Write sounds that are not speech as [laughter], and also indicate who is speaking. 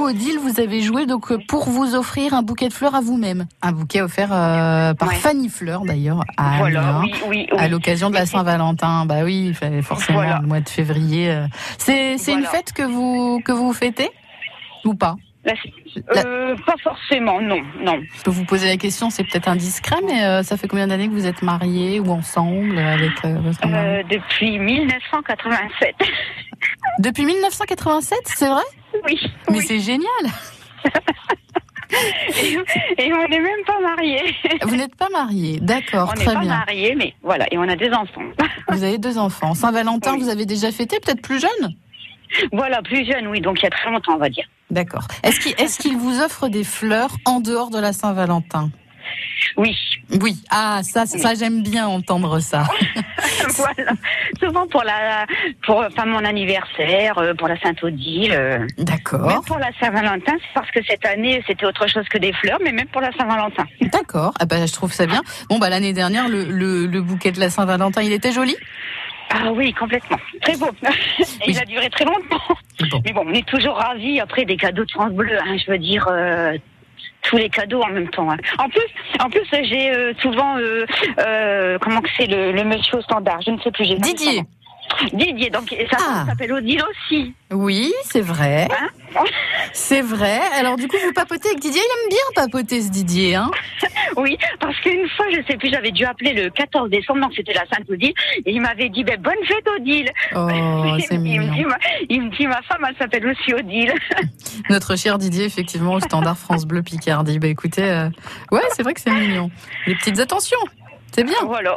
Speaker 1: Odile, vous avez joué donc euh, pour vous offrir un bouquet de fleurs à vous-même. Un bouquet offert euh, par
Speaker 2: Ouais.
Speaker 1: Fanny Fleur d'ailleurs à
Speaker 2: Voilà,
Speaker 1: Amiens,
Speaker 2: oui, oui, oui.
Speaker 1: à l'occasion de la Saint-Valentin. Bah oui, il fallait forcément
Speaker 2: Voilà.
Speaker 1: le mois de février. euh. C'est c'est une
Speaker 2: Voilà.
Speaker 1: fête que vous que vous fêtez ou pas
Speaker 2: La- euh, Pas forcément, non, non.
Speaker 1: Je peux vous poser la question, c'est peut-être indiscret, mais euh, ça fait combien d'années que vous êtes mariés ou ensemble avec euh, votre mari
Speaker 2: Euh, depuis 1987.
Speaker 1: Depuis 1987, c'est vrai
Speaker 2: [laughs] oui,
Speaker 1: Mais
Speaker 2: oui.
Speaker 1: c'est génial.
Speaker 2: Et on n'est même pas mariés.
Speaker 1: Vous n'êtes pas mariés, d'accord,
Speaker 2: on n'est pas
Speaker 1: très bien.
Speaker 2: mariés, mais voilà, et on a des enfants. [laughs]
Speaker 1: Vous avez deux enfants. Saint-Valentin,
Speaker 2: Oui.
Speaker 1: vous avez déjà fêté, peut-être plus jeune
Speaker 2: voilà, plus jeune, oui, donc il y a très longtemps, on va dire.
Speaker 1: D'accord. Est-ce qu'il est-ce qu'il vous offre des fleurs en dehors de la Saint-Valentin
Speaker 2: Oui, [laughs]
Speaker 1: Oui. Ah, ça, ça j'aime bien entendre ça.
Speaker 2: voilà. Souvent pour la, pour enfin, mon anniversaire, euh, pour la Sainte-Odile, euh, même
Speaker 1: D'accord,
Speaker 2: pour la Saint-Valentin, c'est parce que cette année c'était autre chose que des fleurs, mais même pour la Saint-Valentin.
Speaker 1: d'accord. Ah bah, je trouve ça bien. Bon, bah, l'année dernière, le, le- le bouquet de la Saint-Valentin, il était joli
Speaker 2: Ah oui, complètement. Très beau. [laughs] Et
Speaker 1: Oui.
Speaker 2: Il a duré très longtemps.
Speaker 1: Bon.
Speaker 2: Mais bon, on est toujours ravis après des cadeaux de France Bleu. hein, je veux dire, euh, tous les cadeaux en même temps. hein. En plus, en plus, j'ai euh, souvent euh, euh, comment que c'est le, le monsieur au standard. Je ne sais plus. j'ai pas son
Speaker 1: Didier.
Speaker 2: nom. Didier. Donc et sa
Speaker 1: Ah.
Speaker 2: femme s'appelle Odile aussi.
Speaker 1: Oui, c'est vrai.
Speaker 2: Hein
Speaker 1: C'est vrai. Alors, du coup, vous papotez avec Didier. Il aime bien papoter, ce Didier, hein
Speaker 2: Oui, parce qu'une fois, je sais plus, j'avais dû appeler le 14 décembre, donc c'était la Sainte Odile, et il m'avait dit ben, bonne fête Odile. [laughs]
Speaker 1: Oh,
Speaker 2: il,
Speaker 1: c'est
Speaker 2: me- il me
Speaker 1: mignon.
Speaker 2: dit, ma, il me dit ma femme, elle s'appelle aussi Odile.
Speaker 1: Notre cher Didier, effectivement, au standard France Bleu Picardie. Bah écoutez, euh, ouais, c'est vrai que c'est mignon. Les petites attentions, c'est bien.
Speaker 2: [laughs] Voilà.